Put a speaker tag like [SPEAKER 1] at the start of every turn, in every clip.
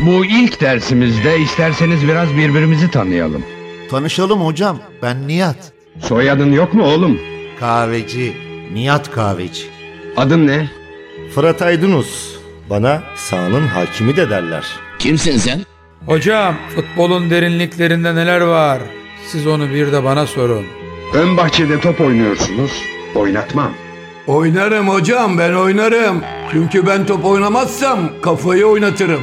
[SPEAKER 1] Bu ilk dersimizde isterseniz biraz birbirimizi tanıyalım.
[SPEAKER 2] Tanışalım hocam. Ben Nihat.
[SPEAKER 1] Soyadın yok mu oğlum?
[SPEAKER 2] Kahveci. Nihat Kahveci.
[SPEAKER 1] Adın ne?
[SPEAKER 3] Fırat Aydınus. Bana sahanın hakimi de derler.
[SPEAKER 4] Kimsin sen?
[SPEAKER 5] Hocam futbolun derinliklerinde neler var? Siz onu bir de bana sorun.
[SPEAKER 1] Ön bahçede top oynuyorsunuz. Oynatmam.
[SPEAKER 6] Oynarım hocam ben oynarım. Çünkü ben top oynamazsam kafayı oynatırım.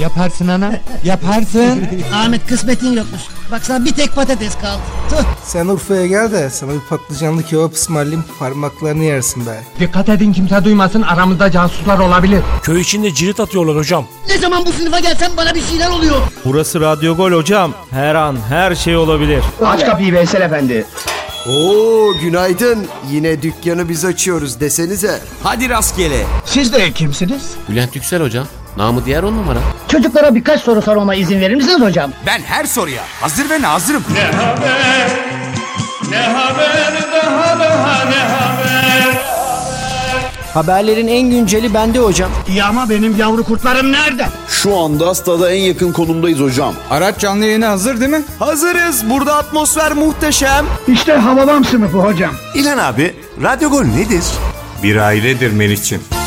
[SPEAKER 7] Yaparsın ana. Yaparsın.
[SPEAKER 8] Ahmet kısmetin yokmuş. Baksana bir tek patates kaldı. Tuh.
[SPEAKER 9] Sen Urfa'ya gel de sana bir patlıcanlı kebap ısmarlayayım parmaklarını yersin be.
[SPEAKER 7] Dikkat edin kimse duymasın aramızda casuslar olabilir.
[SPEAKER 10] Köy içinde cirit atıyorlar hocam.
[SPEAKER 8] Ne zaman bu sınıfa gelsem bana bir şeyler oluyor.
[SPEAKER 3] Burası Radyo Gol hocam. Her an her şey olabilir.
[SPEAKER 1] Aç kapıyı Veysel Efendi.
[SPEAKER 6] Oo günaydın. Yine dükkanı biz açıyoruz desenize.
[SPEAKER 4] Hadi rastgele.
[SPEAKER 7] Siz de kimsiniz?
[SPEAKER 4] Bülent Yüksel hocam. Namı diğer on numara.
[SPEAKER 8] Çocuklara birkaç soru sormama izin verir misiniz hocam?
[SPEAKER 4] Ben her soruya hazır ve nazırım.
[SPEAKER 7] Haberlerin en günceli bende hocam.
[SPEAKER 8] Ya ama benim yavru kurtlarım nerede?
[SPEAKER 6] Şu anda stada en yakın konumdayız hocam.
[SPEAKER 9] Araç canlı yayına hazır değil mi?
[SPEAKER 3] Hazırız. Burada atmosfer muhteşem.
[SPEAKER 8] İşte havalam sınıfı hocam.
[SPEAKER 3] İlhan abi, Radyo Gol nedir? Bir ailedir Meriç'im.